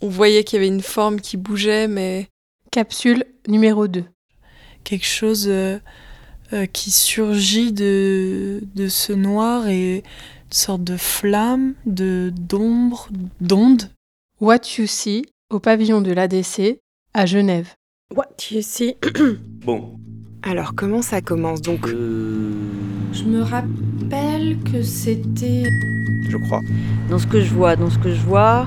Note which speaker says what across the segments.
Speaker 1: on voyait qu'il y avait une forme qui bougeait, mais
Speaker 2: Capsule numéro 2.
Speaker 3: quelque chose euh, euh, qui surgit de, de ce noir et une sorte de flamme, de d'ombre, d'onde.
Speaker 2: What you see au pavillon de l'ADC à Genève.
Speaker 4: What you see.
Speaker 5: Bon.
Speaker 4: Alors, comment ça commence donc
Speaker 5: Euh,
Speaker 6: Je me rappelle que c'était.
Speaker 5: je crois.
Speaker 7: Dans ce que je vois, dans ce que je vois,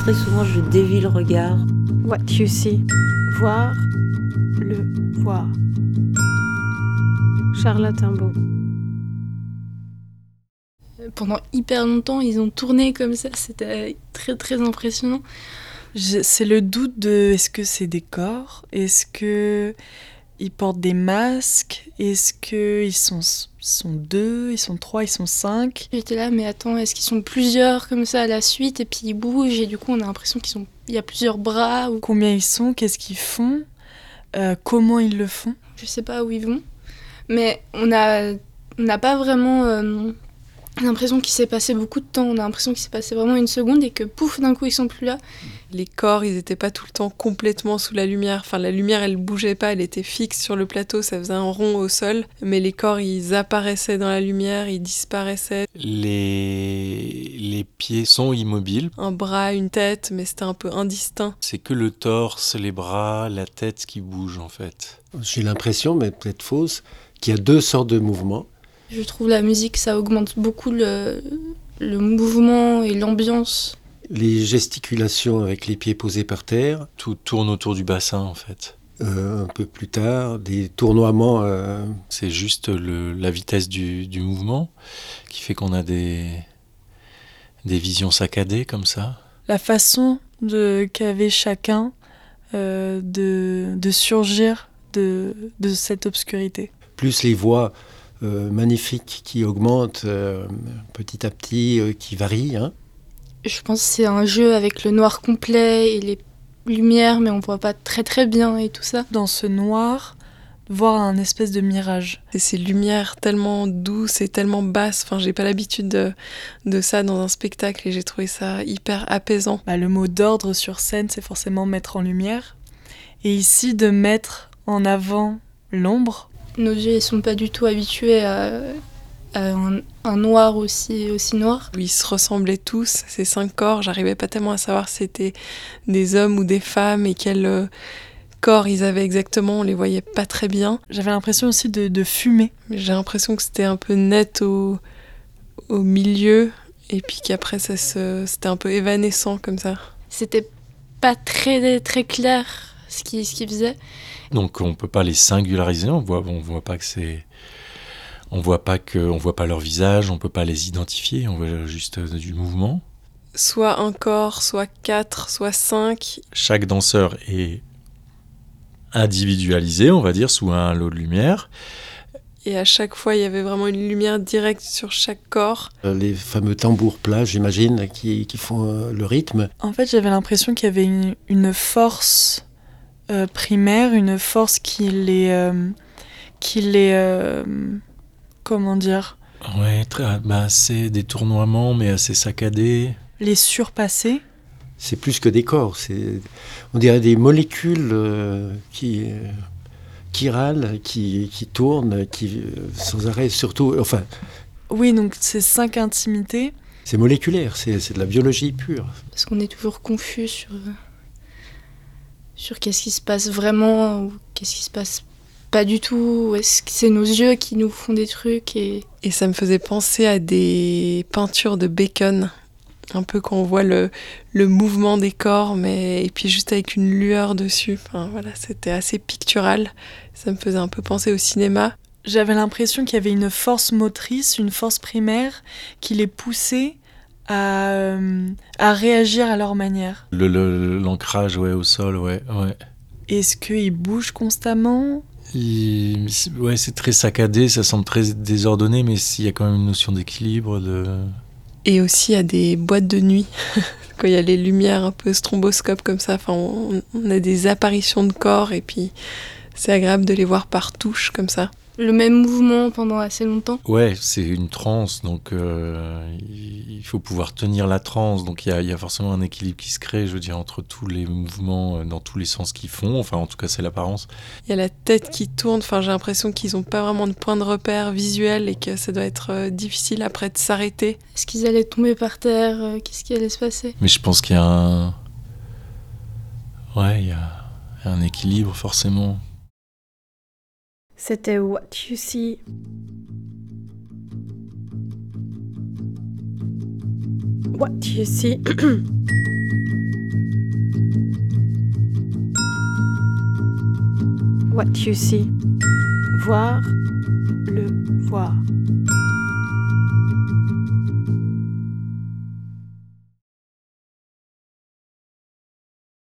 Speaker 7: très souvent je dévie le regard.
Speaker 4: What you see. Voir le voir. Charlotte Imbeau.
Speaker 6: Pendant hyper longtemps, ils ont tourné comme ça. C'était très très impressionnant.
Speaker 3: J'ai- C'est le doute de est-ce que c'est des corps Est-ce que ils portent des masques Est-ce que ils sont, ils sont deux Ils sont trois Ils sont cinq
Speaker 6: J'étais là, mais attends, est-ce qu'ils sont plusieurs comme ça à la suite Et puis ils bougent et du coup on a l'impression qu'ils sont. Il y a plusieurs bras ou
Speaker 3: Combien ils sont Qu'est-ce qu'ils font Euh, Comment ils le font
Speaker 6: je sais pas où ils vont. Mais on a on n'a pas vraiment euh, l'impression qu'il s'est passé beaucoup de temps. On a l'impression qu'il s'est passé vraiment une seconde et que pouf d'un coup ils sont plus là.
Speaker 1: les corps, ils n'étaient pas tout le temps complètement sous la lumière. Enfin, la lumière, elle bougeait pas, elle était fixe sur le plateau, ça faisait un rond au sol. Mais les corps, ils apparaissaient dans la lumière, ils disparaissaient.
Speaker 8: Les... les pieds sont immobiles.
Speaker 1: Un bras, une tête, mais c'était un peu indistinct.
Speaker 8: C'est que le torse, les bras, la tête qui bougent en fait.
Speaker 9: J'ai l'impression, mais peut-être fausse, qu'il y a deux sortes de mouvements.
Speaker 6: Je trouve la musique ça augmente beaucoup le le mouvement et l'ambiance.
Speaker 9: Les gesticulations avec les pieds posés par terre,
Speaker 8: Tout tourne autour du bassin en fait.
Speaker 9: euh, un peu plus tard, des tournoiements. euh,
Speaker 8: C'est juste le- la vitesse du, du mouvement qui fait qu'on a des, des visions saccadées comme ça.
Speaker 3: la façon de qu'avait chacun euh, de, de surgir de, de cette obscurité.
Speaker 9: plus les voix euh, magnifiques qui augmentent euh, petit à petit, euh, qui varient. hein.
Speaker 6: Je pense que c'est un jeu avec le noir complet et les lumières mais on voit pas très très bien et tout ça.
Speaker 3: Dans ce noir, voir un espèce de mirage.
Speaker 1: Et ces lumières tellement douces et tellement basses. Enfin, j'ai pas l'habitude de, de ça dans un spectacle et j'ai trouvé ça hyper apaisant.
Speaker 3: Bah, le mot d'ordre sur scène, c'est forcément mettre en lumière. Et ici, de mettre en avant l'ombre,
Speaker 6: Nos yeux ils sont pas du tout habitués à, à un, un noir aussi aussi noir.
Speaker 1: où ils se ressemblaient tous, ces cinq corps. J'arrivais pas tellement à savoir si c'était des hommes ou des femmes et quel euh, corps ils avaient exactement. On les voyait pas très bien.
Speaker 3: j'avais l'impression aussi de, de fumer.
Speaker 1: Mais J'ai l'impression que c'était un peu net au, au milieu et puis qu'après ça se, c'était un peu évanescent comme ça.
Speaker 6: C'était pas très très clair ce qui ce qu'ils faisaient.
Speaker 8: Donc on peut pas les singulariser, on voit, on voit pas que c'est, on voit pas que, on voit pas leur visage, on peut pas les identifier, on voit juste euh, du mouvement.
Speaker 1: Soit un corps, soit quatre, soit cinq.
Speaker 8: Chaque danseur est individualisé, on va dire, sous un lot de lumière.
Speaker 1: Et à chaque fois, il y avait vraiment une lumière directe sur chaque corps.
Speaker 9: Euh, Les fameux tambours plats, j'imagine, qui, qui font euh, le rythme.
Speaker 3: En fait, j'avais l'impression qu'il y avait une, une force euh, primaire, une force qui les. euh, qui les. euh, comment dire
Speaker 8: Ouais, très, bah, c'est des tournoiements, mais assez saccadés.
Speaker 3: Les surpasser.
Speaker 9: C'est plus que des corps, c'est, on dirait des molécules euh, qui, euh, qui râlent, qui, qui tournent, qui euh, sans arrêt, surtout, enfin,
Speaker 3: Oui, donc ces cinq intimités.
Speaker 9: c'est moléculaire, c'est, c'est de la biologie pure.
Speaker 6: parce qu'on est toujours confus sur, sur qu'est-ce qui se passe vraiment ou qu'est-ce qui se passe pas du tout. ou Est-ce que c'est nos yeux qui nous font des trucs et
Speaker 1: Et ça me faisait penser à des peintures de Bacon, un peu quand on voit le, le mouvement des corps, mais et puis juste avec une lueur dessus. Enfin voilà, c'était assez pictural. Ça me faisait un peu penser au cinéma.
Speaker 3: J'avais l'impression qu'il y avait une force motrice, une force primaire qui les poussait à, euh, à réagir à leur manière.
Speaker 8: Le- le- L'ancrage, ouais, au sol, ouais, ouais.
Speaker 3: Est-ce qu'ils bougent constamment
Speaker 8: Il- c'est- ouais, c'est très saccadé, ça semble très désordonné, mais s'il y a quand même une notion d'équilibre, de...
Speaker 1: Et aussi à des boîtes de nuit, quand il y a les lumières un peu stromboscope comme ça. Enfin, on, on a des apparitions de corps et puis c'est agréable de les voir par touche comme ça.
Speaker 6: le même mouvement pendant assez longtemps.
Speaker 8: Ouais, c'est une transe, donc euh, il faut pouvoir tenir la transe. Donc il y a, il y a forcément un équilibre qui se crée, je veux dire, entre tous les mouvements, euh, dans tous les sens qu'ils font. Enfin, en tout cas, c'est l'apparence.
Speaker 1: Il y a la tête qui tourne. Enfin, j'ai l'impression qu'ils n'ont pas vraiment de point de repère visuel et que ça doit être euh, difficile après de s'arrêter.
Speaker 6: Est-ce qu'ils allaient tomber par terre euh, Qu'est-ce qui allait se passer
Speaker 8: Mais je pense qu'il y a un. Ouais, il y a un équilibre, forcément.
Speaker 4: C'était What You See. What You See. What You See. Voir le voir.